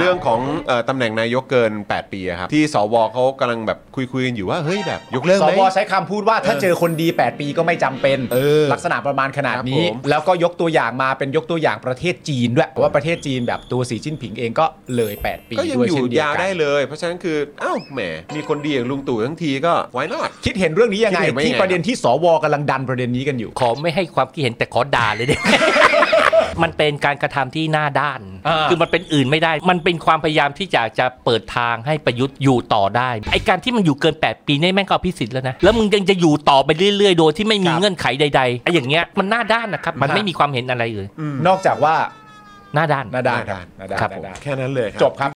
เรื่องของเอ่อตำแหน่งนายกเกิน 8 ปีอะครับ ที่สวเขากำลังแบบคุยคุยๆกันอยู่ว่า เฮ้ยแบบยกเลิก ส ไหม วใช้คำพูดว่าถ้าเจอคนดี 8 ปีก็ไม่จำเป็น เออ ลักษณะประมาณขนาดนี้ ครับผม แล้วก็ยกตัวอย่างมาเป็นยกตัวอย่างประเทศจีนด้วยเพราะว่าประเทศจีนแบบตัวสีจิ้นผิงเองก็เลย 8 ปี ก็ยัง ด้วย อยู่ เช่นเดียวย าว กั ได้ น เลย เพราะฉะนั้นคืออ้าวแหมมีคนดีอย่างลุงตู่ทั้งทีก็ why not คิดเห็นเรื่องนี้ยังคิไงดเห็นว่ายังไง ที่ประเด็นที่สวกำลังดันประเด็นนี้กันอยู่ ขอไม่ให้ความคิดเห็ นแต่ขอด่าเลยเนี่ย มันเป็นการกระทำที่หน้าด้าน อ่า คือมันเป็นอื่นไม่ได้ มันเป็นความพยายามที่อยากจะเปิดทางให้ประยุทธ์อยู่ต่อได้ ไอการที่มันอยู่เกิน 8 ปีเนี่ยแม่งก็เอาพิสิทธิ์แล้วนะ แล้วมึงยังจะอยู่ต่อไปเรื่อย ๆ โดยที่ไม่มีเงื่อนไขใดๆไออย่างเงี้ยมันหน้าด้านนะครับ มันไม่มีความเห็นอะไรเลย นอกจากว่า หน้าด้าน หนาดาหนน้าด้าน หนาดาน ครับ หน้าด้าน แค่นั้นเลยครั จบครับ